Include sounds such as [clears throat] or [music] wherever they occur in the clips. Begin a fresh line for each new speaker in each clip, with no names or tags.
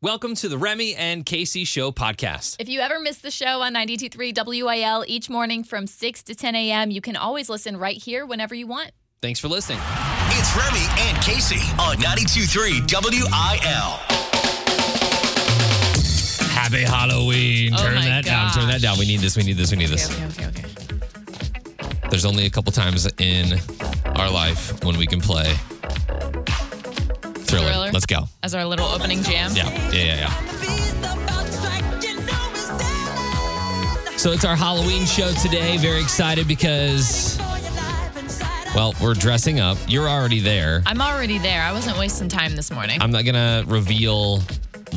Welcome to the Remy and Casey Show podcast.
If you ever miss the show on 923 WIL each morning from 6 to 10 a.m., you can always listen right here whenever you want.
Thanks for listening.
It's Remy and Casey on 92.3 WIL.
Happy Halloween.
Oh
turn
my
that down. Turn that
gosh.
down. We need this. We need this. We need this.
okay, okay, okay.
There's only a couple times in our life when we can play Thriller.
Thriller.
Let's go.
As our little opening jam.
Yeah. Yeah. Yeah. Yeah. So it's our Halloween show today. Very excited because, well, we're dressing up. You're already there.
I'm already there. I wasn't wasting time this morning.
I'm not gonna reveal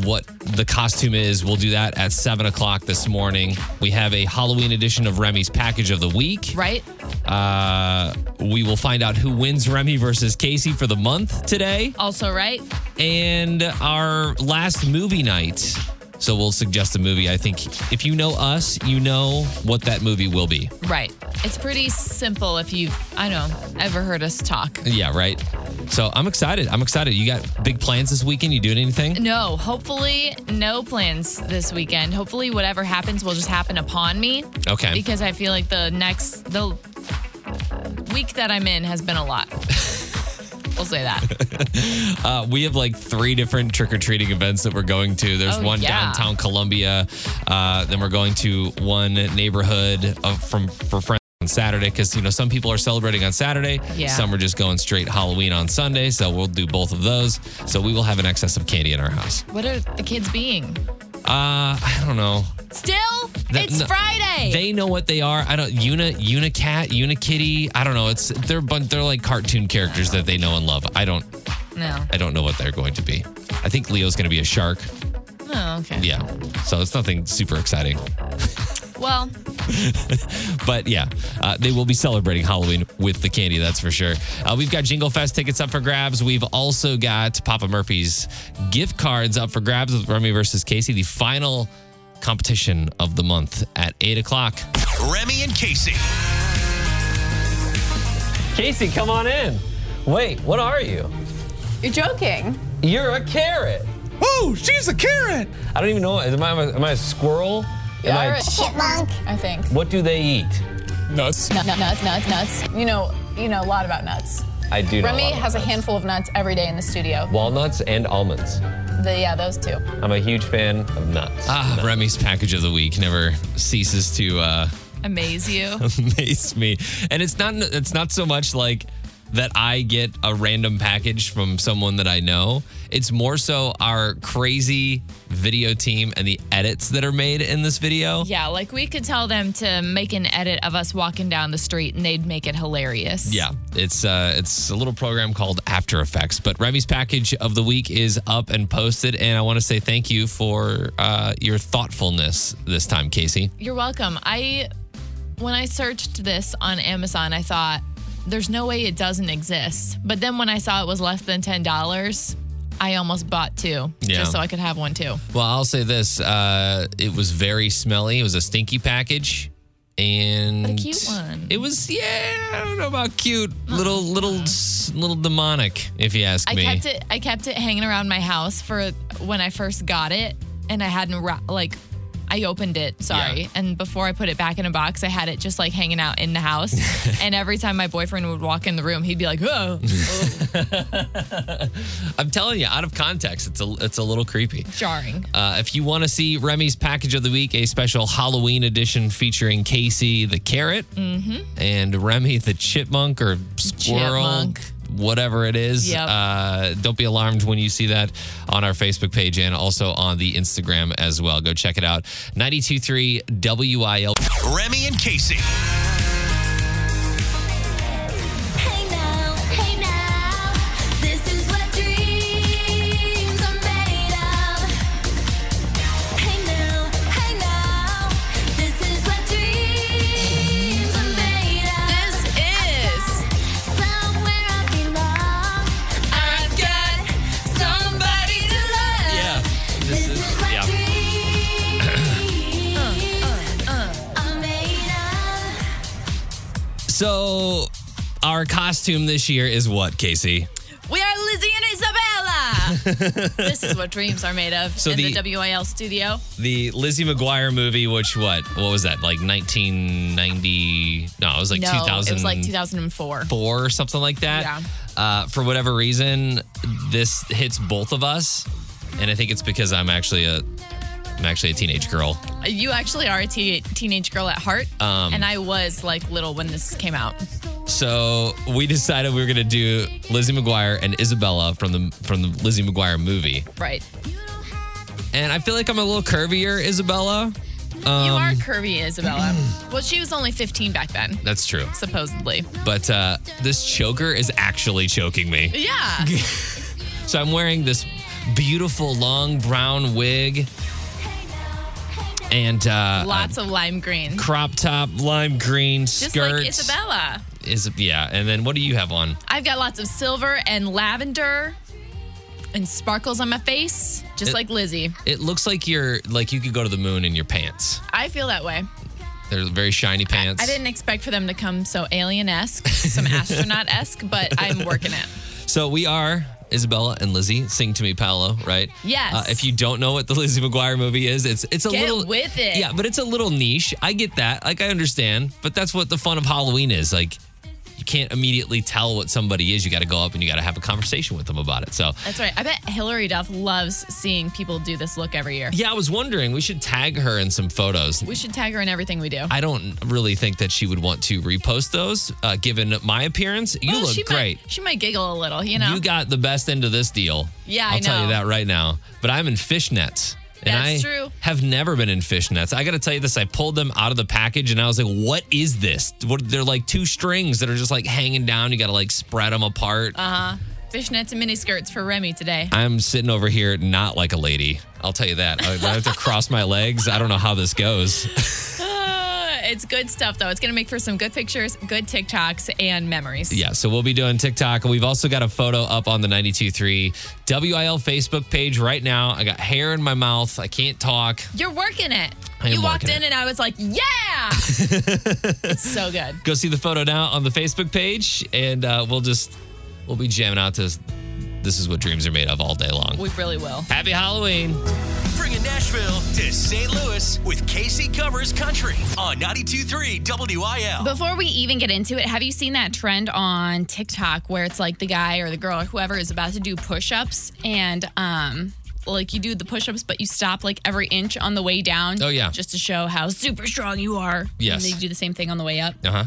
what the costume is. We'll do that at seven o'clock this morning. We have a Halloween edition of Remy's package of the week.
right?
Uh, we will find out who wins Remy versus Casey for the month today,
Also, right?
and our last movie night. So we'll suggest a movie. I think if you know us, you know what that movie will be.
Right. It's pretty simple if you've, I don't know, ever heard us talk.
Yeah, right. So I'm excited. I'm excited. You got big plans this weekend? You doing anything?
No, hopefully, no plans this weekend. Hopefully, whatever happens will just happen upon me
Okay.
because I feel like the next, the week that I'm in has been a lot. [laughs] we'll say that.
Uh, we have like three different trick or treating events that we're going to. There's
Oh,
one
yeah.
downtown Columbia. Uh, then we're going to one neighborhood of, from for friends on Saturday because you know some people are celebrating on Saturday.
Yeah.
Some are just going straight Halloween on Sunday. So we'll do both of those. So we will have an excess of candy in our house.
What are the kids being?
Uh, I don't know.
Still,
The-
it's
no,
Friday.
They know what they are. I don't. Una, Unicat, Unikitty. I don't know. It's they're bun- they're like cartoon characters that they know and love. I don't.
no.
I don't know what they're going to be. I think Leo's going to be a shark.
Oh, okay.
Yeah. So it's nothing super exciting.
Well,
But yeah, uh, they will be celebrating Halloween with the candy, that's for sure. Uh, we've got Jingle Fest tickets up for grabs. We've also got Papa Murphy's gift cards up for grabs with Remy versus Casey, the final competition of the month at 8 o'clock.
Remy and Casey.
Casey, come on in. Wait, what are you?
You're joking.
You're a carrot.
Whoa, she's a carrot.
I don't even know. Am I, am I a squirrel?
You're a chipmunk. I think.
What do they eat?
Nuts.
Nut, nut, nuts, nuts, nuts. You know, you know a lot about nuts.
I do
Remy has a handful of nuts every day in the studio.
Walnuts and almonds.
The, yeah, those two.
I'm a huge fan of nuts.
Ah, Remy's package of the week never ceases to uh, [laughs]
amaze you.
amaze me. And it's not it's not so much like that I get a random package from someone that I know. It's more so our crazy video team and the edits that are made in this video.
yeah, like we could tell them to make an edit of us walking down the street and they'd make it hilarious.
Yeah, it's uh, it's a little program called After Effects. But Remy's package of the week is up and posted, and I want to say thank you for uh, your thoughtfulness this time, Casey.
You're welcome. I when I searched this on Amazon, I thought there's no way it doesn't exist. But then when I saw it was less than $10, I almost bought two
Yeah.
just so I could have one too.
Well, I'll say this: uh, it was very smelly. It was a stinky package, and
But a cute one. Oh,
It was, yeah, I don't know about cute, little, little, s- little demonic, if you ask
I
me.
kept it I kept it hanging around my house for when I first got it and I hadn't ra- like I opened it, sorry.
Yeah.
And before I put it back in a box, I had it just like hanging out in the
[laughs]
house. and every time my boyfriend would walk in the room, he'd be like, "Oh,
I'm telling you, out of context, it's a, it's a little creepy.
jarring."
Uh, if you want to see Remy's package of the week, a special Halloween edition featuring Casey the carrot
Mm-hmm.
and Remy the chipmunk or squirrel,
Chipmunk.
whatever it is.
Yep.
Uh, don't be alarmed when you see that on our Facebook page and also on the Instagram as well. Go check it out. 92.3 WIL.
Remy and Casey.
Hey now, hey now, this is what dreams are made of. Hey now, hey now, this is what dreams are made of.
This is
Somewhere I belong, I've got somebody to love. This is what
yeah.
Uh,
dreams are made of.
So, our costume this year is what, Casey?
We are Lizzie and Isabella.
[laughs]
this is what dreams are made of
So
in the,
the-
WIL studio.
The Lizzie McGuire movie, which what? What was that? Like 1990? No, it was like
no,
2000.
it was like 2004.
four or something like that.
Yeah.
Uh, for whatever reason, this hits both of us, and I think it's because I'm actually a I'm actually a teenage girl.
You actually are a te- teenage girl at heart,
Um,
and I was like little when this came out.
So we decided we were gonna do Lizzie McGuire and Isabella from the from the Lizzie McGuire movie,
Right.
and I feel like I'm a little curvier Isabella.
you
Um,
are curvy,
[clears throat]
Isabella. well, she was only 15 back then,
That's true,
supposedly.
but uh, this choker is actually choking me. [laughs]
Yeah.
So I'm wearing this beautiful long brown wig and uh,
Lots of lime green.
crop top, lime green
Just
skirt.
like Isabella.
Is yeah, and then what do you have on?
I've got lots of silver and lavender and sparkles on my face, just
It-
like Lizzie.
It looks like you're like you could go to the moon in your pants.
I feel that way.
They're very shiny pants.
I didn't expect for them to come so alien esque,
[laughs]
some astronaut esque, but I'm working it.
So we are Isabella and Lizzie sing to me, Paolo. Right?
Yes.
Uh, if you don't know what the [laughs] Lizzie McGuire movie is, it's it's a
Get
little
with it.
Yeah, but it's a little niche. I get that. Like I understand, but that's what the fun of Halloween is. Like. You can't immediately tell what somebody is. You got to go up and you got to have a conversation with them about it. So
That's right. I bet Hillary Duff loves seeing people do this look every year.
Yeah, I was wondering. We should tag her in some photos.
We should tag her in everything we do.
I don't really think that she would want to repost those, uh, given my appearance. You
Well,
look
she
great.
Might, she might giggle a little, you know.
You got the best end of this deal.
Yeah,
I'll
I
tell you
know.
that right now. But I'm in fishnets. And
That's
I
true.
have never been in fishnets. I got to tell you this. I pulled them out of the package and I was like, what is this? What, they're like two strings that are just like hanging down. You got to like spread them apart.
Uh-huh. Fishnets and miniskirts for Remy today.
[laughs] I'm sitting over here not like a lady. I'll tell you that. I, I have to cross my legs. I don't know how this goes.
Uh, it's good stuff, though. It's going to make for some good pictures, good TikToks, and memories.
Yeah, so we'll be doing TikTok. and We've also got a photo up on the 923 WIL Facebook page right now. I got hair in my mouth. I can't talk.
You're working it.
I am
you walked
working
in,
it.
and I was like, yeah!
[laughs]
it's so good.
Go see the photo now on the Facebook page, and uh, we'll just we'll be jamming out to "This Is What Dreams Are Made Of" all day long.
We really will.
Happy Halloween!
Bringing Nashville to St. Louis with KC Covers Country on 92.3 WIL.
Before we even get into it, have you seen that trend on TikTok where it's like the guy or the girl or whoever is about to do push-ups and um like you do the push-ups but you stop like every inch on the way down.
Oh, yeah.
Just to show how super strong you are.
Yes.
And they do the same thing on the way up.
Uh huh.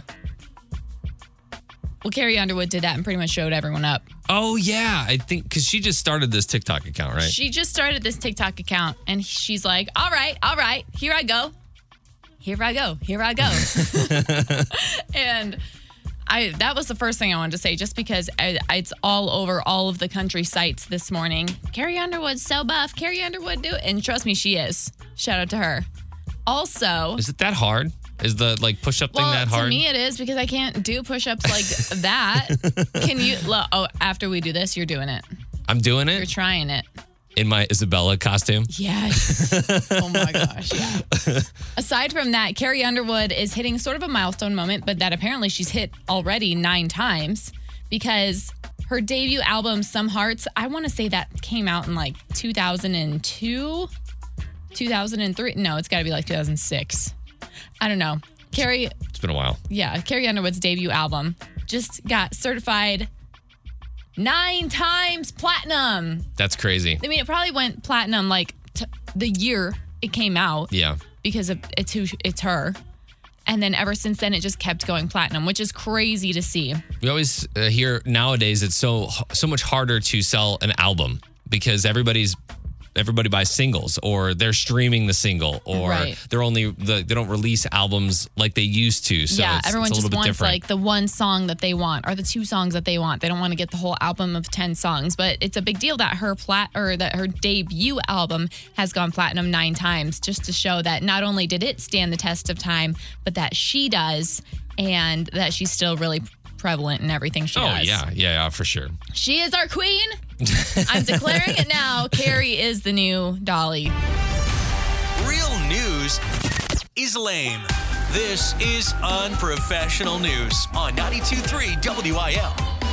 Well, Carrie Underwood did that and pretty much showed everyone up.
Oh yeah, I think because she just started this TikTok account, right?
She just started this TikTok account and she's like, all right, all right, here I go. Here I go. Here
[laughs]
I go. and I that was the first thing I wanted to say, just because I, I- it's all over all of the country sites this morning. Carrie Underwood, so buff. Carrie Underwood, do it. And trust me, she is. Shout out to her. Also,
Is it that hard? Is the like push up
well,
thing that
to
hard?
me it is because I can't do push-ups
[laughs]
like that. Can you? Lo- oh, after we do this, you're doing it.
I'm doing
You're
it
trying it.
in my Isabella costume.
Yes. oh my gosh. Yeah. Aside from that, Carrie Underwood is hitting sort of a milestone moment, but that apparently she's hit already nine times because her debut album, Some Hearts, I want to say that came out in like 2002, 2003. No, it's got to be like 2006. I don't know. Carrie,
It's been a while.
yeah, Carrie Underwood's debut album just got certified nine times platinum.
That's crazy.
I mean, it probably went platinum like t- the year it came out
Yeah.
because of it's who it's her. And then ever since then, it just kept going platinum, which is crazy to see.
We always uh, hear nowadays it's so so much harder to sell an album because everybody's everybody buys singles or they're streaming the single or
Right.
they're only the, they don't release albums like they used to. So
yeah,
it's,
everyone
it's a
just
little
wants
bit different.
like the one song that they want or the two songs that they want. They don't want to get the whole album of ten songs, but it's a big deal that her plat or that her debut album has gone platinum nine times, just to show that not only did it stand the test of time, but that she does, and that she's still really prevalent in everything she
oh
does.
yeah, yeah, yeah, for sure.
She is
[laughs]
our queen. I'm declaring it now. Carrie is the new Dolly.
Real news is lame. This is unprofessional news on 92.3 WIL.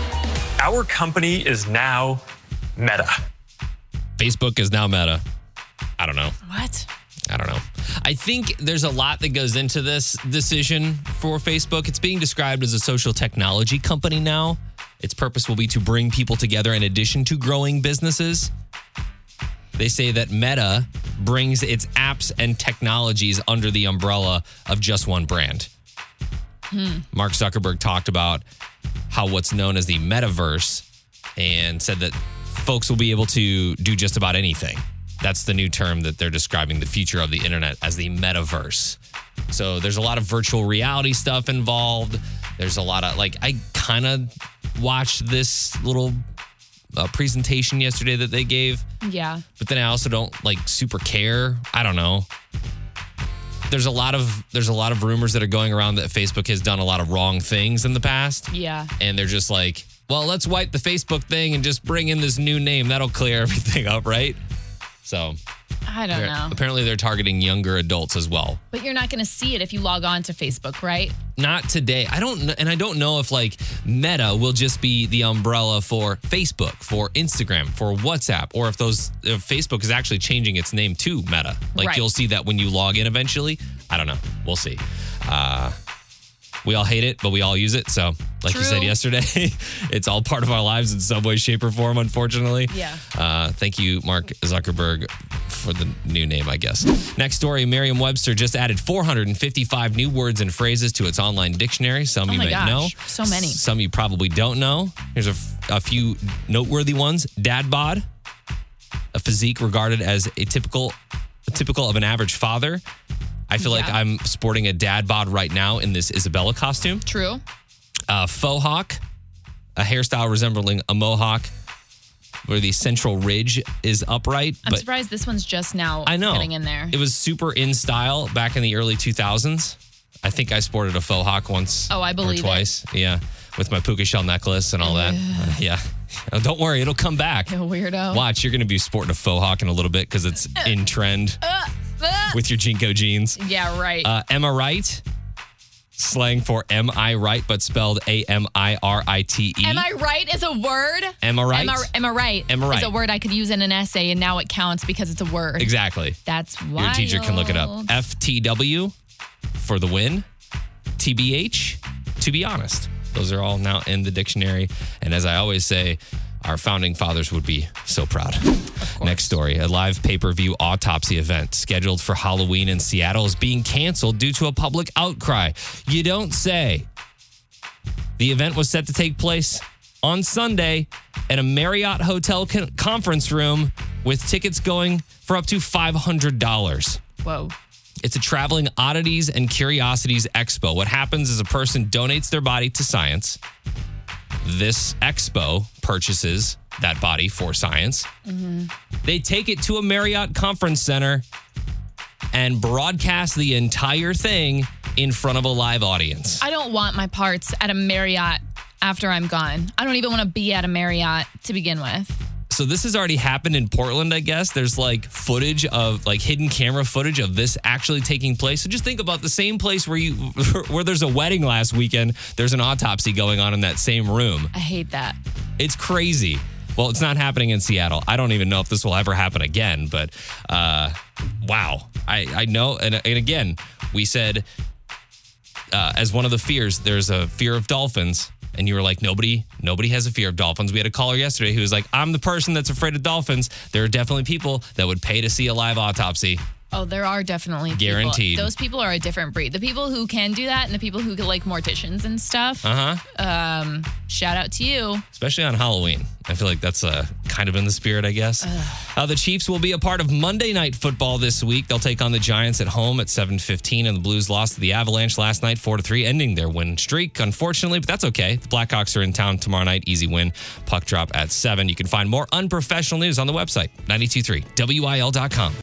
Our company is now Meta.
Facebook is now Meta. I don't know.
What?
I don't know. I think there's a lot that goes into this decision for Facebook. It's being described as a social technology company now. Its purpose will be to bring people together in addition to growing businesses. They say that Meta brings its apps and technologies under the umbrella of just one brand. Mark Zuckerberg talked about how what's known as the metaverse and said that folks will be able to do just about anything. That's the new term that they're describing the future of the internet as the metaverse. So there's a lot of virtual reality stuff involved. There's a lot of like I kind of watched this little uh, presentation yesterday that they gave
Yeah.
but then I also don't like super care. I don't know. There's a lot of there's a lot of rumors that are going around that Facebook has done a lot of wrong things in the past.
Yeah.
And they're just like, well, let's wipe the Facebook thing and just bring in this new name. That'll clear [laughs] everything up, right? So
I don't know.
apparently they're targeting younger adults as well.
But you're not going to see it if you log on to Facebook, right?
Not today. I don't kn- and I don't know if like Meta will just be the umbrella for Facebook, for Instagram, for WhatsApp, or if those if Facebook is actually changing its name to Meta. Like
Right.
you'll see that when you log in eventually. I don't know. We'll see. Uh we all hate it, but we all use it. So, like you said
True.
yesterday, [laughs] it's all part of our lives in some way, shape, or form, unfortunately.
Yeah.
Uh, thank you, Mark Zuckerberg, for the new name, I guess. Next story Merriam Webster just added 455 new words and phrases to its online dictionary. Some you
Oh my
may
gosh,
know,
so many.
Some you probably don't know. Here's a, f- a few noteworthy ones dad bod, a physique regarded as a typical, typical of an average father. I feel like
Yeah.
I'm sporting a dad bod right now in this Isabella costume
True.
a faux hawk, a hairstyle resembling a mohawk, where the central ridge is upright.
I'm surprised this one's just now
I know
getting in there.
It was super in style back in the early 2000s. I think I sported a faux hawk once.
Oh, I believe
or
it.
twice. Yeah, with my puka shell necklace and all that. Uh, yeah, [laughs] Oh, don't worry, it'll come back.
You weirdo.
Watch, you're gonna be sporting a faux hawk in a little bit because it's
[laughs]
in trend
Ah!
with your jinko jeans.
yeah, right.
Uh, am I right? Slang for am I right, but spelled A M I R I T E.
am I right is a word?
Am I right?
Am I, am I right?
Am I right?
Is a word I could use in an essay, and now it counts because it's a word.
Exactly.
That's why
Your teacher can look it up. FTW for the win. TBH, to be honest. Those are all now in the dictionary. And as I always say, our founding fathers would be so proud. Next story a live pay per view autopsy event scheduled for Halloween in Seattle is being canceled due to a public outcry. You don't say. The event was set to take place on Sunday at a Marriott hotel con- conference room with tickets going for up to $500.
Whoa.
It's a traveling oddities and curiosities expo. What happens is a person donates their body to science. This expo purchases that body for science. They take it to a Marriott conference center and broadcast the entire thing in front of a live audience.
I don't want my parts at a Marriott after I'm gone. I don't even want to be at a Marriott to begin with.
so this has already happened in Portland, I guess. There's like footage of like hidden camera footage of this actually taking place. So just think about the same place where you [laughs] where there's a wedding last weekend, there's an autopsy going on in that same room.
I hate that.
It's crazy. Well, it's not happening in Seattle. I don't even know if this will ever happen again, but uh, wow. I, I know. And, and again, we said uh, as one of the fears, there's a fear of dolphins. And you were like, nobody, nobody has a fear of dolphins. We had a caller yesterday who was like, I'm the person that's afraid of dolphins. There are definitely people that would pay to see a live autopsy.
Oh, there are definitely people-
Guaranteed.
Those people are a different breed. The people who can do that and the people who get like morticians and stuff. um,
Uh huh.
Shout out to you.
especially on Halloween. I feel like that's uh, kind of in the spirit, I guess. Uh, the Chiefs will be a part of Monday Night Football this week. They'll take on the Giants at home at 7:15, and the Blues lost to the Avalanche last night, four to three, ending their win streak. Unfortunately, but that's okay. The Blackhawks are in town tomorrow night. Easy win. Puck drop at seven. You can find more unprofessional news on the website 923wil.com.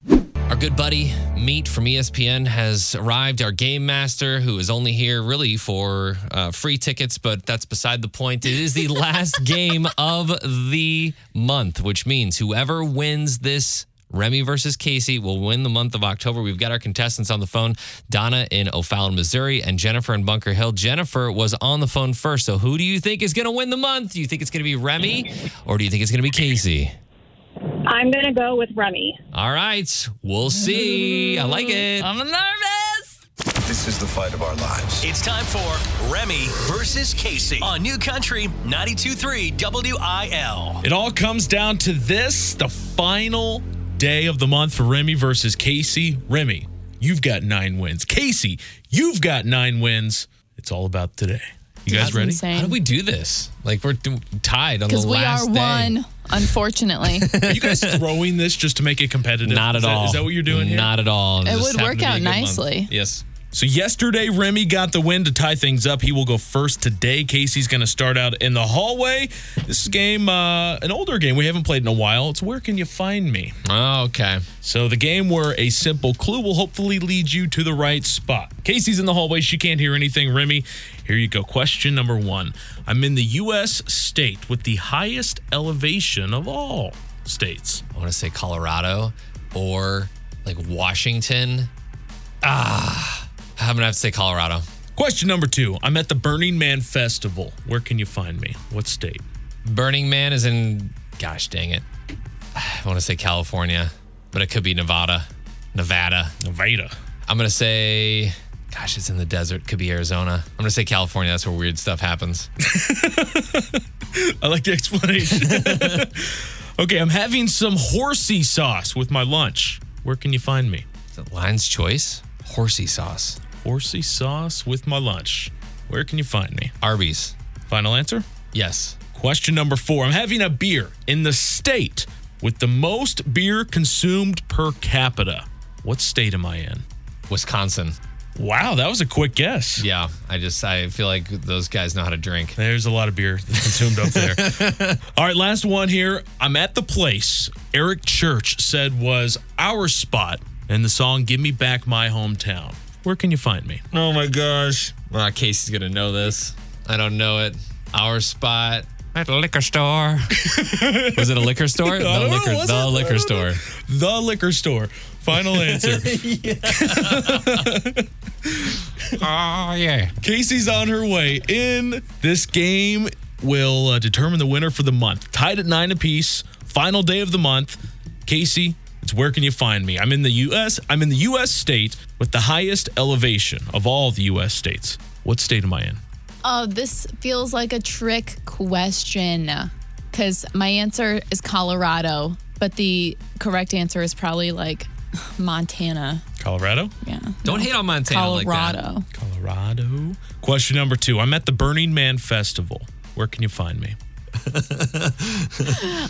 Our good buddy Meat from E ESPN has arrived. Our game master, who is only here really for uh, free tickets, but that's beside the point. It is the last game of the month, which means whoever wins this Remy versus Casey will win the month of October. We've got our contestants on the phone: Donna in O'Fallon, Missouri, and Jennifer in Bunker Hill. Jennifer was on the phone first, so who do you think is going to win the month? Do you think it's going to be Remy, or do you think it's going to be Casey?
I'm going to go with Remy.
All right. We'll see. I like it.
I'm nervous.
This is the fight of our lives.
It's time for Remy versus Casey on New Country 92.3 WIL.
It all comes down to this the final day of the month for Remy versus Casey. Remy, you've got nine wins. Casey, you've got nine wins. It's all about today. You guys
That's
ready?
insane.
How do we do this? Like we're do- tied on the
Because we are
last day.
one, unfortunately.
Are you
[laughs]
guys throwing this just to make it competitive?
Not at
Is that-
all.
is that what you're doing here?
Not at all. It
would work out nicely.
Yes.
So yesterday, Remy got the win to tie things up. He will go first today. Casey's going to start out in the hallway. This is game, uh, an older game we haven't played in a while. It's where can you find me?
Oh, okay.
So the game where a simple clue will hopefully lead you to the right spot. Casey's in the hallway. She can't hear anything. Remy, here you go. Question number one. I'm in the U.S. state with the highest elevation of all states.
I want to say Colorado or like Washington. Ah, I'm gonna have to say Colorado.
Question number two. I'm at the Burning Man Festival. Where can you find me? What state?
Burning Man is in. Gosh dang it. I want to say California, but it could be Nevada. Nevada.
Nevada. [laughs]
I'm gonna say. Gosh, it's in the desert. Could be Arizona. I'm gonna say California. That's where weird stuff happens.
I like the explanation. [laughs] okay, I'm having some horsey sauce with my lunch. Where can you find me?
Is it Lion's choice. Horsey sauce.
Horsey sauce with my lunch. Where can you find me?
Arby's.
Final answer.
Yes.
Question number four. I'm having a beer in the state with the most beer consumed per capita. What state am I in?
Wisconsin.
Wow, that was a quick guess.
Yeah. I just I feel like those guys know how to drink.
There's a lot of beer that's consumed up there. [laughs] All right, last one here. I'm at the place Eric Church said was our spot in the song Give Me Back My Hometown. Where can you find me?
Oh my gosh. Uh, Casey's gonna know this. I don't know it. Our spot at a liquor store. [laughs] was it a liquor store?
I
The
don't know,
liquor,
was it? I
the
don't
liquor
know.
store.
The liquor store.
[laughs]
Final answer.
Oh yeah.
Casey's on her way in. This game will uh, determine the winner for the month. Tied at nine apiece. Final day of the month. Casey, it's where can you find me? I'm in the U.S. I'm in the U.S. state with the highest elevation of all the U.S. states. What state am I in?
Oh, this feels like a trick question because my answer is Colorado, but the correct answer is probably like Montana.
Colorado.
Yeah.
Don't hate on Montana like that.
Colorado.
Colorado. Question number two. I'm at the Burning Man Festival. Where can you find me?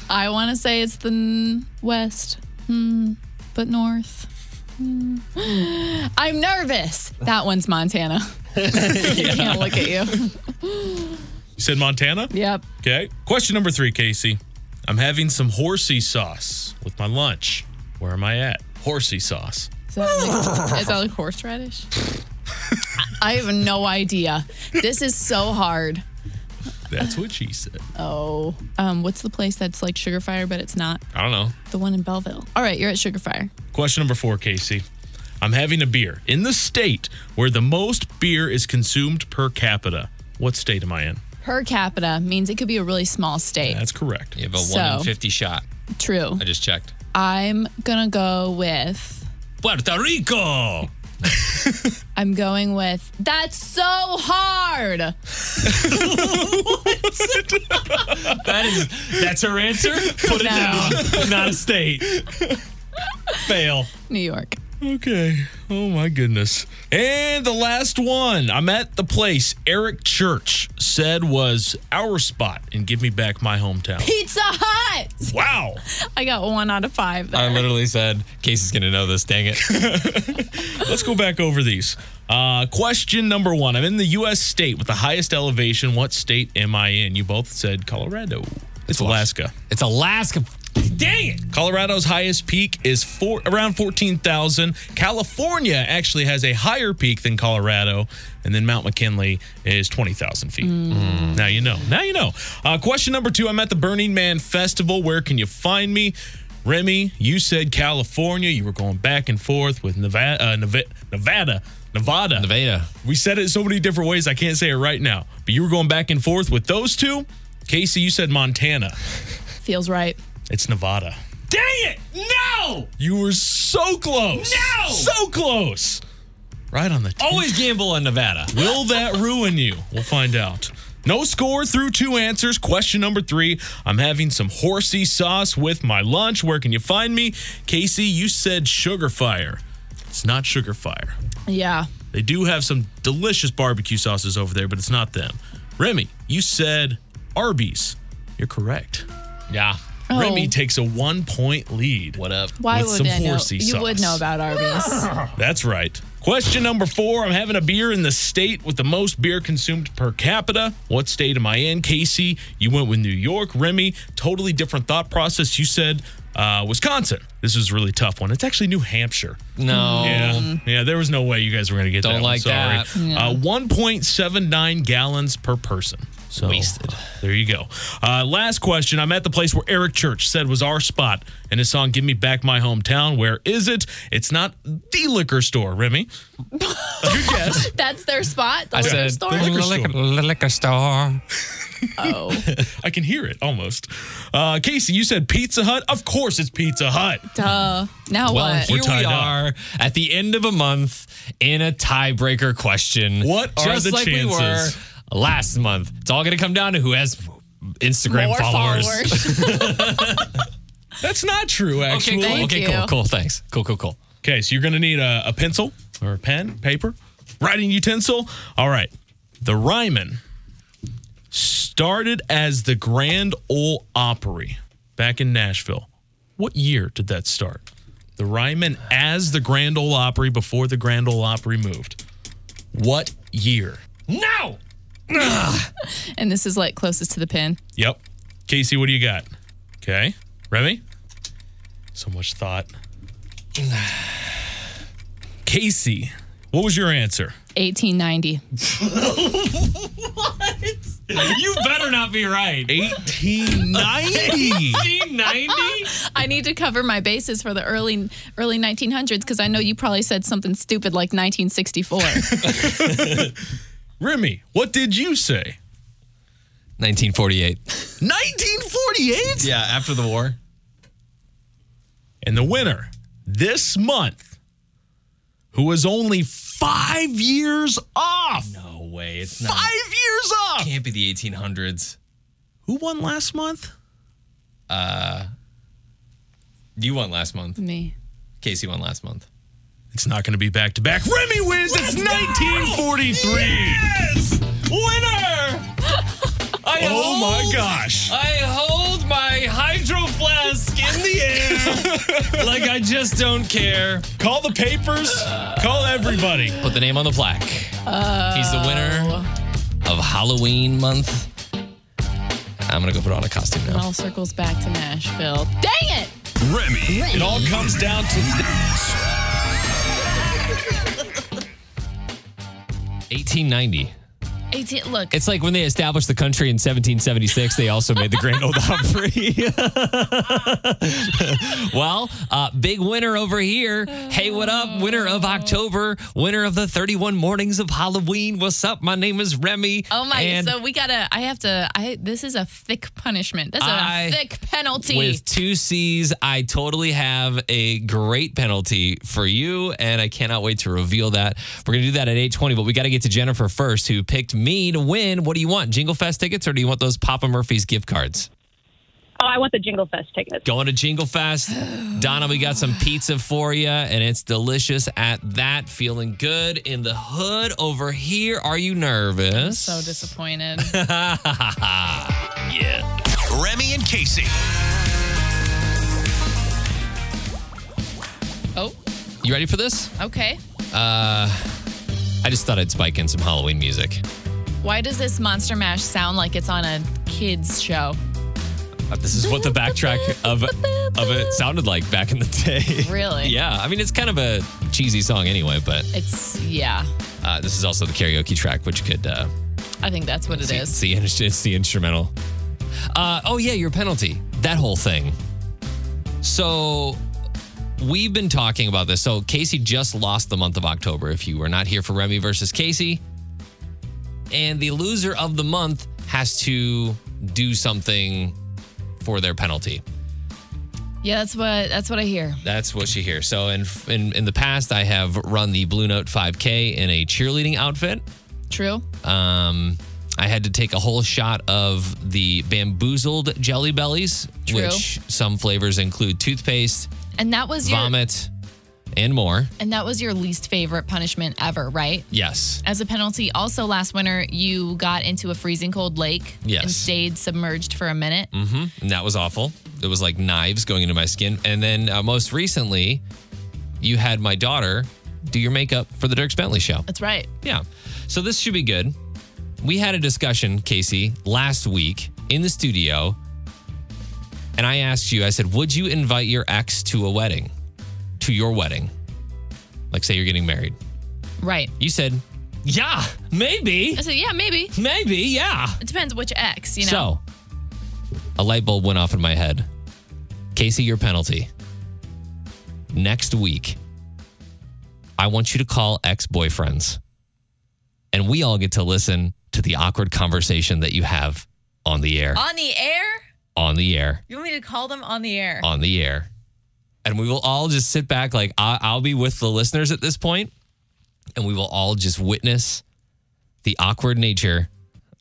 I want to say it's the n- west, hmm, but north. Hmm. [gasps] I'm nervous. That one's
[laughs]
Montana. [laughs] I can't look at you.
You said Montana?
Yep.
Okay. Question number three, Casey. I'm having some horsey sauce with my lunch. Where am I at? Horsey sauce.
Is that like, is that like
[laughs]
horseradish? I have no idea. This is so hard.
That's what she said.
Oh, um, what's the place that's like Sugar Fire, but it's not
I don't know.
the one in Belleville? All right, you're at Sugar Fire.
Question number four, Casey. I'm having a beer in the state where the most beer is consumed per capita. What state am I in?
Per capita means it could be a really small state.
That's correct.
You have a one
So-
in fifty shot.
True.
I just checked.
I'm gonna go with.
Puerto Rico.
I'm going with. That's so hard.
That is that's her answer. Put it down. Not a state.
Fail.
New York.
Okay. Oh my goodness. And the last one. I'm at the place Eric Church said was our spot and give me back
[laughs]
my hometown.
Pizza Hut. [laughs]
Wow.
I got one out of five.
I
There.
literally said Casey's gonna know this. Dang it.
Let's go back over these. Uh, question number one. I'm in the U.S. state with the highest elevation. What state am I in? You both said Colorado. It's Alaska.
It's Alaska. Dang it.
Colorado's highest peak is four, around 14,000. California actually has a higher peak than Colorado. And then Mount McKinley is 20,000 feet.
Mm.
Now you know. Now you know. Uh, question number two I'm at the Burning Man Festival. Where can you find me? Remy, you said California. You were going back and forth with Nevada. Uh, Neva- Nevada. Nevada.
Nevada.
We said it so many different ways, I can't say it right now. But you were going back and forth with those two. Casey, you said Montana.
Feels right.
It's Nevada. Dang it! No! You were so close.
No!
So close. Right on the tip.
Always gamble on Nevada.
Will that ruin you? We'll find out. No score through two answers. Question number three I'm having some horsey sauce with my lunch. Where can you find me? Casey, you said sugar fire. It's not sugar fire.
Yeah.
They do have some delicious barbecue sauces over there, but it's not them. Remy, you said Arby's. You're correct.
Yeah.
Remy takes a one point lead. What up?
Why
with
would
some
I know?
horsey
You would
sauce.
know about Arby's. [laughs]
[laughs]
That's right. Question number four I'm having a beer in the state with the most beer consumed per capita. What state am I in? Casey, you went with New York. Remy, totally different thought process. You said uh, Wisconsin. This is a really tough one. It's actually New Hampshire.
No.
Yeah. Yeah, there was no way you guys were going to get
Don't
that.
like
one. Sorry.
that.
Uh, 1.79 gallons per person. So
Wasted.
There you go. Uh, last question. I'm at the place where Eric Church said was our spot in his song "Give Me Back My Hometown." Where is it? It's not the liquor store, Remy. Good guess.
That's their spot. The
I
liquor
said,
store?
liquor
Liquor, liquor store.
Oh,
I can hear it almost. Uh, Casey, you said Pizza Hut. Of course, it's Pizza Hut.
duh. Now
Well,
what?
here
tied
we
up.
are at the end of a month in a tiebreaker question.
What are
Just
the
like we were
chances?
last month. It's all going to come down to who has Instagram
More
followers. [laughs]
followers. [laughs]
That's not true,
Okay,
actually.
cool.
Thank
okay,
you.
cool. Cool. Thanks. Cool, cool, cool.
Okay, so you're going to need a, a pencil or a pen, paper, writing utensil. All right. The Ryman started as the Grand Ole Opry back in Nashville. What year did that start? The Ryman as the Grand Ole Opry before the Grand Ole Opry moved. What year?
No.
and this is like closest to the pin.
Yep. Casey, what do you got? Okay. Remy? So much thought. [sighs] Casey, what was your answer?
1890.
[laughs] You better not be right.
1890.
1890?
I need to cover my bases for the early early 1900s because I know you probably said something stupid like 1964.
[laughs] Remy, what did you say?
1948.
1948?
[laughs] Yeah, after the war.
And the winner this month, who was only five years off.
No way. It's
Five years off.
Can't be the 1800s.
Who won last month?
You won last month.
[laughs] Me.
Casey won last month.
It's not going to be back to back. Remy wins. it's 1943.
Yes! Winner! [laughs] I
Oh my
hold-
gosh.
I hold my hydro flask in the [laughs] air like I just don't care.
Call the papers. Call everybody.
Put the name on the plaque. He's the winner of Halloween month. I'm gonna go put on a costume
It
now.
all circles back to Nashville. Dang it!
Remy.
It all comes down to
1890.
18, look,
It's like when they established the country in 1776, they also made the Grand Ole Opry. [laughs] well, uh, big winner over here. Hey, what up? Winner of October, winner of the 31 Mornings of Halloween. What's up? My name is Remy.
oh my,
And
so we gotta, I have to, I, this is a thick punishment. This is
I-
a thick penalty.
With two C's, I totally have a great penalty for you, and I cannot wait to reveal that. We're gonna do that at 8:20, but we got to get to Jennifer first, who picked me to win. What do you want? Jingle Fest tickets, or do you want those Papa Murphy's gift cards?
Oh, I want the Jingle Fest tickets.
Going to Jingle Fest, Donna. We got some pizza for you, and it's delicious. At that, feeling good in the hood over here. Are you nervous?
So [laughs]
[laughs]
disappointed.
Remy and Casey.
oh,
you ready for this?
okay.
I just thought I'd spike in some Halloween music.
Why does this Monster Mash sound like it's on a kids show?
Uh, This is what the backtrack of of it sounded like back in the day.
Really?
Yeah, I mean it's kind of a cheesy song anyway, but
It's yeah.
uh, this is also the karaoke track, which could uh,
I think that's what it
see,
is.
see it's the [laughs] instrumental. Uh, oh yeah, your penalty, that whole thing. So we've been talking about this. So Casey just lost the month of October. If you were not here for Remy versus Casey, and the loser of the month has to do something for their penalty.
Yeah, that's what that's what I hear.
That's what she hears. So in, in in the past, I have run the Blue Note 5K in a cheerleading outfit.
True.
Um, I had to take a whole shot of the bamboozled Jelly Bellies,
True.
which some flavors include toothpaste,
And that was your
vomit, and more.
and that was your least favorite punishment ever, right?
Yes.
As a penalty, also last winter you got into a freezing cold lake and
Yes.
stayed submerged for a minute.
hmm And that was awful. It was like knives going into my skin. And then uh, most recently, you had my daughter do your makeup for the Dirk Bentley show.
That's right.
Yeah. So this should be good. We had a discussion, Casey, last week in the studio. And I asked you, I said, would you invite your ex to a wedding, to your wedding? Like, say you're getting married.
Right.
You said, yeah, maybe,
I said, yeah, maybe.
maybe, yeah.
It depends which ex, you know.
So, a light bulb went off in my head. Casey, your penalty. Next week, I want you to call ex boyfriends, and we all get to listen to the awkward conversation that you have on the air.
On the air?
on the air.
You want me to call them on the air?
On the air. And we will all just sit back, like, I- I'll be with the listeners at this point, and we will all just witness the awkward nature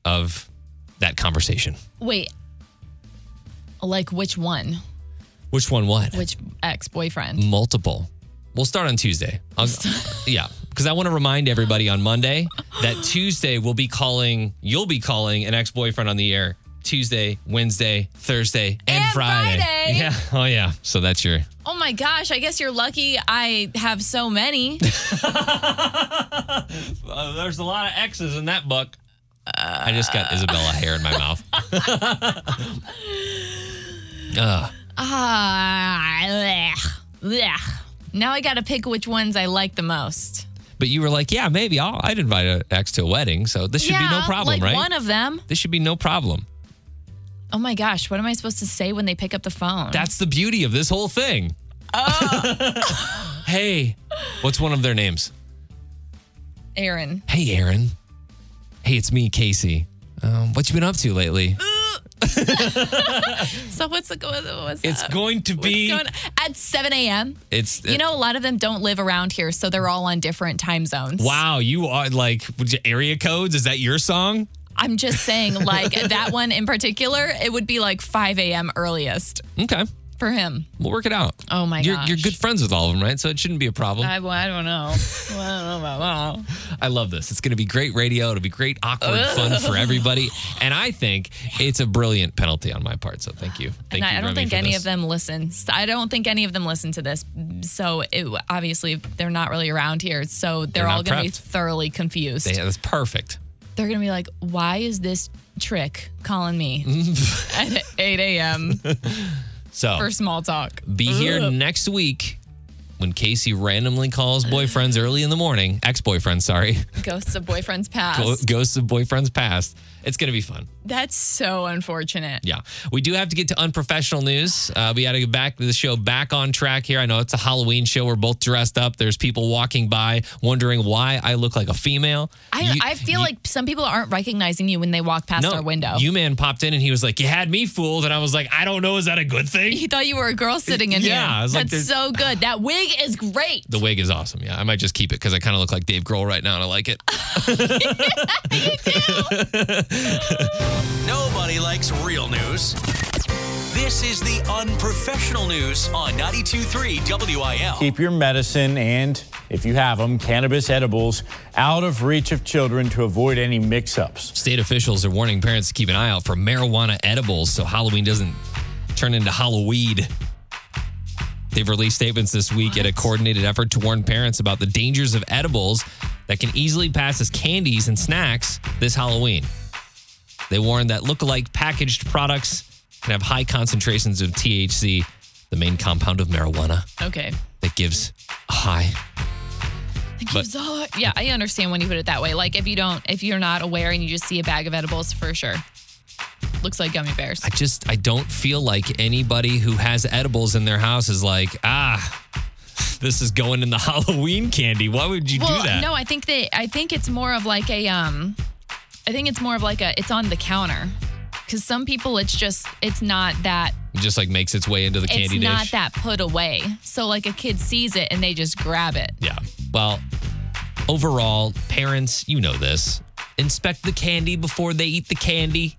of that conversation.
Wait. Like which one?
Which one what?
Which ex
Mm.
boyfriend?
multiple. We'll start on Tuesday. I'll, [laughs] yeah, because I want to remind everybody on Monday
[gasps]
that Tuesday we'll be calling, you'll be calling an ex boyfriend on the air Tuesday, Wednesday, Thursday, and,
And
Friday.
Friday.
Yeah. Oh, yeah. So that's your.
Oh my gosh, I guess you're lucky I have
[laughs]
so many.
there's a lot of X's in that book. I just got Isabella hair in my
[laughs]
mouth. Ugh.
Ah, blech, blech. Now I got to pick which ones I like the most.
but you were like, yeah, maybe I'll, I'd invite an ex to a wedding. So this should be no problem,
like
right?
One of them.
this should be no problem.
Oh my gosh, what am I supposed to say when they pick up the phone?
That's the beauty of this whole thing.
Oh.
[laughs] hey, what's one of their names?
Aaron. [laughs]
Hey, Aaron. Hey, it's me, Casey. Um, what you been up to lately?
So what's the what's, what's
It's
up?
going to
What's
be.
going on? at 7 a.m.
It's uh,
You know, a lot of them don't live around here, so they're all on different time zones.
Wow, you are like would you- area codes. Is that your song?
I'm just
[laughs]
saying, like that one in particular, it would be like 5 a.m. earliest
Okay,
for him.
we'll work it out.
Oh my
you're,
gosh.
You're good friends with all of them, right? So it shouldn't be a problem.
I, well, I don't know. Well, I don't know about well. [laughs]
I love this. It's going to be great radio. It'll be great, awkward fun for everybody. And I think it's a brilliant penalty on my part. So thank you. Thank
And I,
you,
I don't
Remy,
think
for
any
this.
of them listen. I don't think any of them listen to this. So it, obviously, they're not really around here. So they're,
They're
all
not
going to be
prepped.
thoroughly confused.
They- That's perfect.
They're going to be like, why is this trick
[laughs]
calling me at 8 a.m.
So
for small talk?
be here next week when Casey randomly calls boyfriends early in the morning, ex boyfriends, sorry, [laughs]
Ghosts of boyfriends
Go-
past.
ghosts of boyfriends past. It's going to be fun.
That's so unfortunate.
Yeah. We do have to get to unprofessional news. Uh, we got to get back the show back on track here. I know it's a Halloween show. We're both dressed up. There's people walking by wondering why I look like a female.
I,
You-
I feel
you-
like some people aren't recognizing you when they walk past our window.
You man popped in and he was like, You had me fooled. And I was like, I don't know. Is that a good
[laughs]
thing?
he thought [laughs] you were a girl sitting in
Yeah,
here.
I was like,
That's so good. That wig is great.
The wig is awesome. Yeah. I might just keep it because I kind of look like Dave Grohl right now and I like it.
Nobody likes real news. This is the unprofessional news on 92.3 WIL.
Keep your medicine and, if you have them, cannabis edibles out of reach of children to avoid any mix ups.
State officials are warning parents to keep an eye out for marijuana edibles so Halloween doesn't turn into Halloween. They've released statements this week in a coordinated effort to warn parents about the dangers of edibles that can easily pass as candies and snacks this Halloween. They warn that look-alike packaged products can have high concentrations of THC, the main compound of marijuana
Okay.
that gives a high. But-
Gives all- yeah, I understand when you put it that way. Like if you don't, if you're not aware and you just see a bag of edibles, for sure, looks like gummy bears.
I just I don't feel like anybody who has edibles in their house is like, ah, this is going in the [laughs] Halloween candy. Why would you
well,
do that?
no, I think that I think it's more of like a um, I think it's more of like a it's on the counter. Because some people, it's just, it's not that,
It just like makes its way into the
it's
candy
not
dish.
that put away. So like a kid sees it and they just grab it.
Yeah. Well, overall, parents, you know this. Inspect the candy before they eat the candy.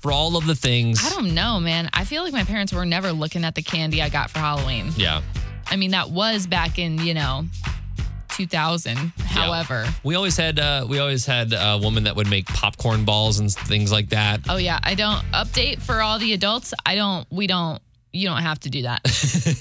For all of the things.
I don't know, man. I feel like my parents were never looking at the candy I got for Halloween.
Yeah.
I mean, that was back in, you know, 2000. However,
We always had uh, we always had a woman that would make popcorn balls and things like that. [laughs]
oh yeah, I don't update for all the adults. I don't, we don't, you don't have to
[laughs]
do that.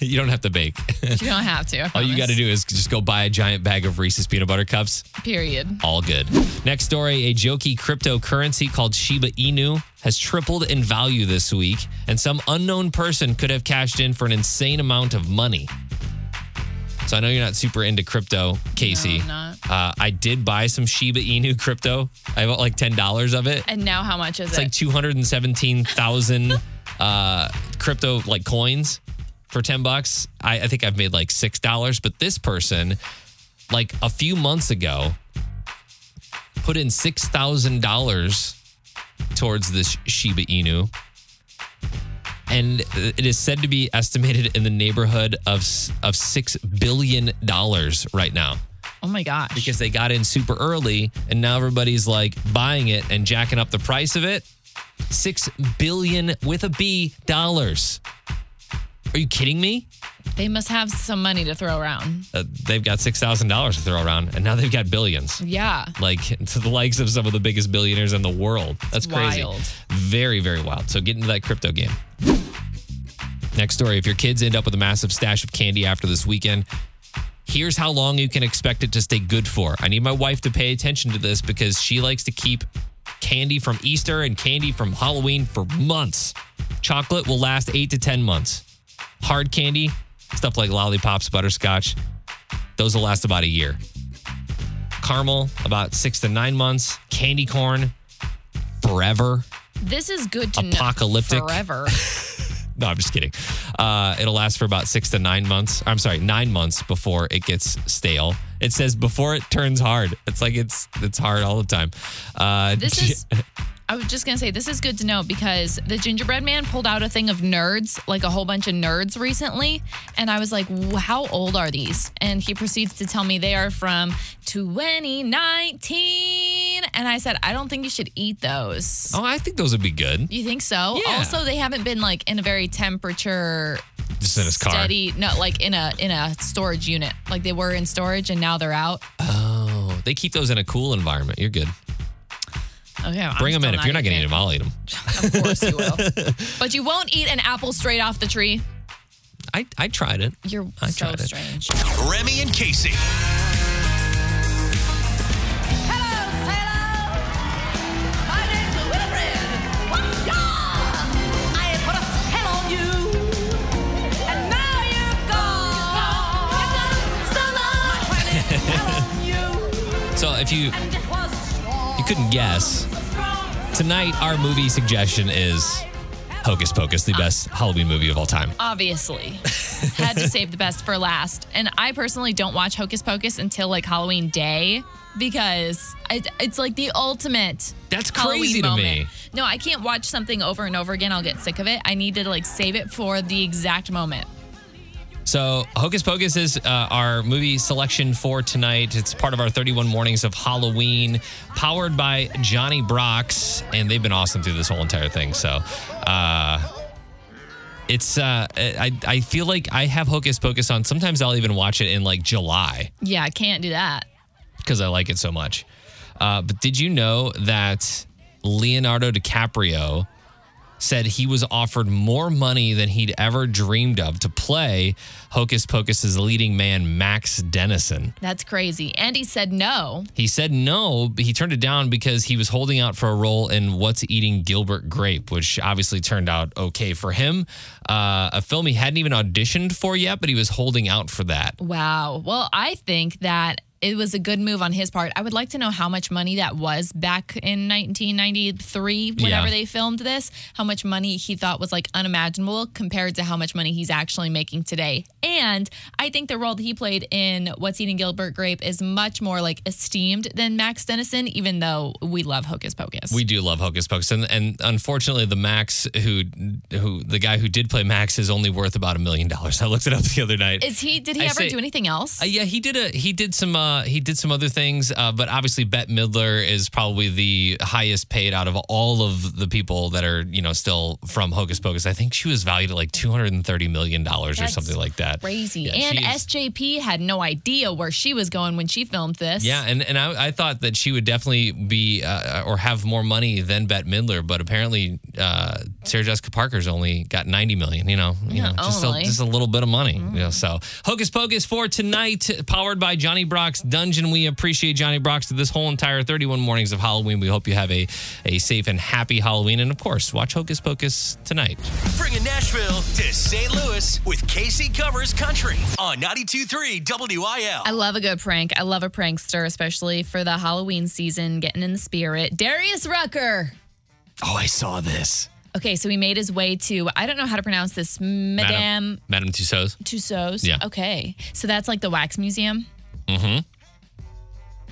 you don't have to bake.
you don't have to. I
All you got to do is just go buy a giant bag of Reese's peanut butter cups.
Period.
All good. Next story a jokey cryptocurrency called Shiba Inu has tripled in value this week, and some unknown person could have cashed in for an insane amount of money. So I know you're not super into crypto, Casey.
I'm not.
Uh, I did buy some Shiba Inu crypto. I bought like $10 of it.
And now how much is
It's
it?
like 217,000 uh, crypto like coins for 10 bucks. I, I think I've made like $6, but this person, like a few months ago, put in $6,000 towards this Shiba Inu. And it is said to be estimated in the neighborhood of s- of six billion dollars right now
oh my gosh.
because they got in super early and now everybody's like buying it and jacking up the price of it. Six billion with a B dollars. Are you kidding me?
They must have some money to throw around.
Uh, they've got six thousand dollars to throw around, and now they've got billions.
Yeah.
Like [laughs] to the likes of some of the biggest billionaires in the world. That's
It's
crazy.
wild.
Very, very wild. So get into that crypto game. Next story if your kids end up with a massive stash of candy after this weekend, here's how long you can expect it to stay good for. I need my wife to pay attention to this because she likes to keep candy from Easter and candy from Halloween for months. Chocolate will last eight to 10 months. Hard candy, stuff like lollipops, butterscotch, those will last about a year. Caramel, about six to nine months. Candy corn, forever.
This is good to know
Apocalyptic. [laughs]
forever.
No, I'm just kidding. Uh, it'll last for about six to nine months. I'm sorry, nine months before it gets stale. It says before it turns hard. It's like it's it's hard all the time. Uh,
This is- I was just gonna say this is good to know because the gingerbread man pulled out a thing of nerds, like a whole bunch of nerds recently, and I was like, "Wh- "How old are these?" And he proceeds to tell me they are from 2019, and I said, "I don't think you should eat those."
oh, I think those would be good.
You think so?
Yeah.
Also, they haven't been like in a very temperature
Just in his car.
steady, no, like in a in a storage unit. Like they were in storage and now they're out.
Oh, they keep those in a cool environment. You're good.
Okay, I'm
Bring them
still
in. If you're not
even-
going to eat them, I'll eat them. [laughs]
But you won't eat an apple straight off the tree.
I, I tried it.
You're
I
so
tried it.
strange.
Remy and Casey.
So if you you couldn't guess, tonight our movie suggestion is Hocus Pocus, the best Halloween movie of all time.
Obviously, had to save the best for last. And I personally don't watch Hocus Pocus until like Halloween day because it, it's like the ultimate.
That's
Halloween
crazy to
moment.
me.
No, I can't watch something over and over again. I'll get sick of it. I need to like save it for the exact moment.
So, Hocus Pocus is uh, our movie selection for tonight. It's part of our 31 Mornings of Halloween, powered by Johnny Brock's, and they've been awesome through this whole entire thing. So, uh, it's uh, I I feel like I have Hocus Pocus on. Sometimes I'll even watch it in like July
Yeah, I can't do that.
because I like it so much. Uh, but did you know that Leonardo DiCaprio said he was offered more money than he'd ever dreamed of to play Hocus Pocus's leading man, Max Dennison?
That's crazy. And he said no.
He said no, but he turned it down because he was holding out for a role in What's Eating Gilbert Grape, which obviously turned out okay for him. Uh, a film he hadn't even auditioned for yet, but he was holding out for that.
Wow. Well, I think that it was a good move on his part. I would like to know how much money that was back in 1993, whenever
Yeah.
they filmed this, how much money he thought was like unimaginable compared to how much money he's actually making today. And I think the role that he played in What's Eating Gilbert Grape is much more like esteemed than Max Dennison, even though we love Hocus Pocus.
We do love Hocus Pocus, and and unfortunately, the Max who who the guy who did play Max is only worth about a million dollars. [laughs] I looked it up the other night.
Is he? Did he
I
ever
say-
do anything else?
Uh, yeah, he did a he did some uh, he did some other things, uh, but obviously Bette Midler is probably the highest paid out of all of the people that are you know still from Hocus Pocus. I think she was valued at like two hundred and thirty million dollars or
That's
something like that.
Crazy.
Yeah,
and
she is-
SJP had no idea where she was going when she filmed this.
Yeah, and, and I, I thought that she would definitely be uh, or have more money than Bette Midler, but apparently uh, Sarah Jessica Parker's only got ninety million. You know, you
Yeah,
know, just a,
only. Mm-hmm.
just a little bit of money. You know, so Hocus Pocus for tonight, powered by Johnny Brock's Dungeon. We appreciate Johnny Brock's to this whole entire thirty-one mornings of Halloween. We hope you have a a safe and happy Halloween, and of course, watch Hocus Pocus tonight.
Bringing Nashville to St. Louis with KC Covers Country on 92.3 WIL.
I love a good prank. I love a prankster, especially for the Halloween season, getting in the spirit. Darius Rucker.
Oh, I saw this,
Okay, so he made his way to, I don't know how to pronounce this, Madame
Madame Tussauds.
Tussauds.
Yeah.
Okay. So that's like the wax museum.
hmm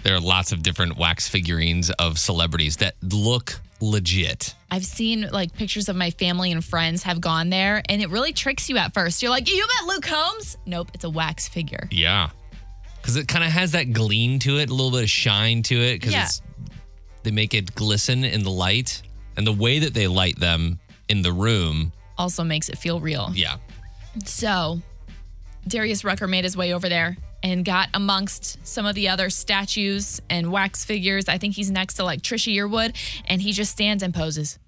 There are lots of different wax figurines of celebrities that look legit.
I've seen like pictures of my family and friends have gone there, and it really tricks you at first. You're like, you met Luke Holmes? Nope, it's a wax figure.
Yeah. Because it kind of has that gleam to it, a little bit of shine to it. Because
Yeah.
they make it glisten in the light. And the way that they light them in the room.
Also makes it feel real.
Yeah.
So Darius Rucker made his way over there and got amongst some of the other statues and wax figures. I think he's next to like Trisha Yearwood, and he just stands and poses.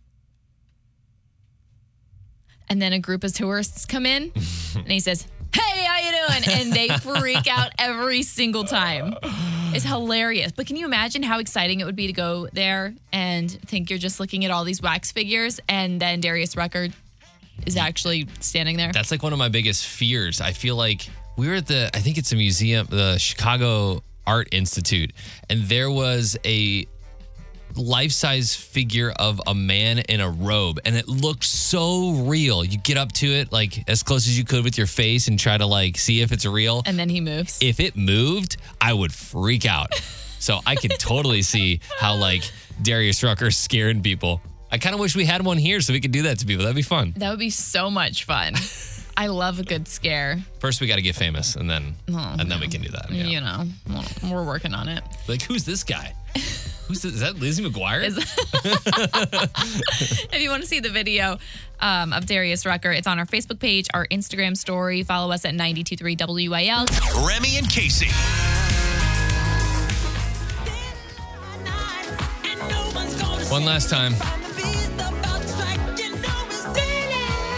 And then a group of tourists come in, and he says, "Hey, how you doing?" And they freak out every single time. It's hilarious. But can you imagine how exciting it would be to go there and think you're just looking at all these wax figures, and then Darius Rucker is actually standing there?
That's like one of my biggest fears. I feel like we were at the, I think it's a museum, the Chicago Art Institute, and there was a life-size figure of a man in a robe and it looked so real you get up to it like as close as you could with your face and try to like see if it's real
and then he moves
if it moved i would freak out so i could totally see how like darius rucker's scaring people i kind of wish we had one here so we could do that to people that'd be fun
That would be so
[laughs]
much fun. I love a good scare.
first we got to get famous and then
Oh,
and then we can do that
You know, well, we're working on it.
Like, who's this guy? Who's this? Is that Lizzie McGuire?
if you want to see the video um, of Darius Rucker, it's on our Facebook page, our Instagram story. Follow us at 923 WIL.
Remy and Casey.
One last time.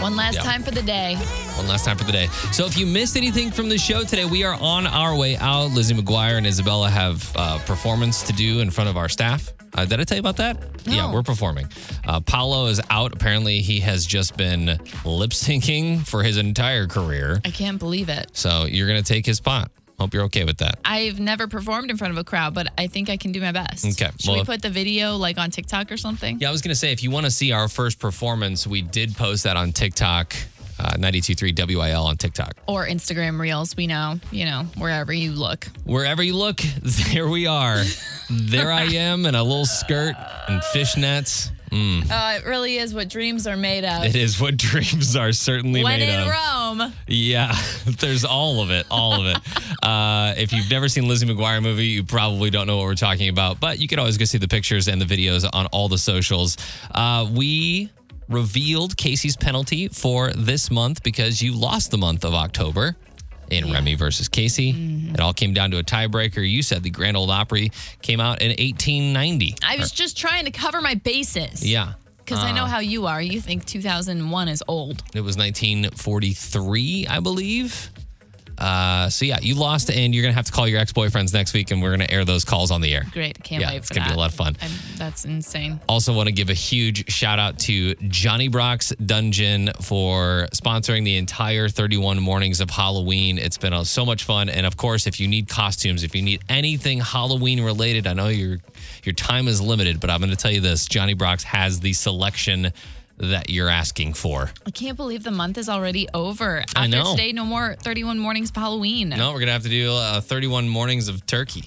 One last
Yeah.
time for the day.
One last time for the day. So, if you missed anything from the show today, we are on our way out. Lizzie McGuire and Isabella have uh, performance to do in front of our staff. Uh, did I tell you about that? Yeah, we're performing. Uh, Paolo is out. Apparently, he has just been lip syncing for his entire career.
I can't believe it.
So, you're going to take his spot. Hope you're okay with that.
I've never performed in front of a crowd, but I think I can do my best.
Okay,
Should
well-
we put the video like on TikTok or something?
Yeah, I was going to say, if you want to see our first performance, we did post that on TikTok, uh, 923 WIL on TikTok.
Or Instagram Reels, we know, you know, wherever you look.
Wherever you look, [laughs] there we are. there I am in a little skirt and fishnets. Mm.
Uh, it really is what dreams are made of.
It is what [laughs] dreams are certainly
when
made
in
of.
Rome.
Yeah, [laughs] there's all of it, all of it. Uh, if you've never seen Lizzie McGuire movie, you probably don't know what we're talking about, but you can always go see the pictures and the videos on all the socials. Uh, we revealed Casey's penalty for this month because you lost the month of October in Remy versus Casey. It all came down to a tiebreaker. You said the Grand Old Opry came out in 1890.
I was just trying to cover my bases.
yeah.
Because I know
Uh,
how you are. You think 2001 is old.
It was 1943, I believe. Uh, so yeah, you lost, and you're gonna have to call your ex boyfriends next week, and we're gonna air those calls on the air.
Great. Can't
yeah,
wait
It's
for
gonna be
that.
a lot of fun.
I'm, that's insane.
Also, want to give a huge shout out to Johnny Brock's Dungeon for sponsoring the entire 31 mornings of Halloween. It's been uh, so much fun, and of course, if you need costumes, if you need anything Halloween related, I know your your time is limited, but I'm going to tell you this: Johnny Brock's has the selection that you're asking for.
I can't believe the month is already over. After
I know.
today, no more 31 mornings for Halloween.
No, we're going to have to do uh, 31 mornings of turkey,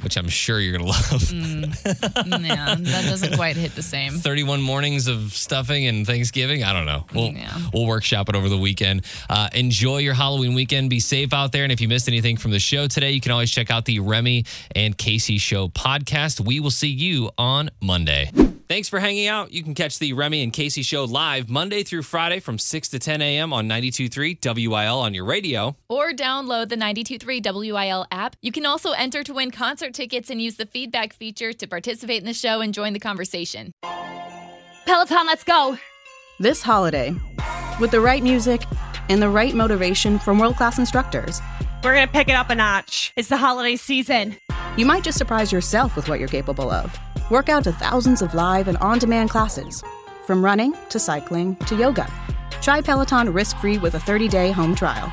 which I'm sure you're going to [laughs] love.
yeah, that
[laughs]
doesn't quite hit the same.
31 mornings of stuffing and Thanksgiving. I don't know. We'll, we'll workshop it over the weekend. Uh, enjoy your Halloween weekend. Be safe out there. And if you missed anything from the show today, you can always check out the Remy and Casey Show podcast. We will see you on Monday. Thanks for hanging out. You can catch the Remy and Casey Show live Monday through Friday from 6 to 10 a.m. on 92.3 WIL on your radio.
Or download the 923 WIL app. You can also enter to win concert tickets and use the feedback feature to participate in the show and join the conversation.
Peloton, let's go. This holiday, with the right music and the right motivation from world class instructors,
We're going to pick it up a notch. It's the holiday season.
you might just surprise yourself with what you're capable of. Work out to thousands of live and on demand classes, from running to cycling to yoga. Try Peloton risk free with a 30 day home trial.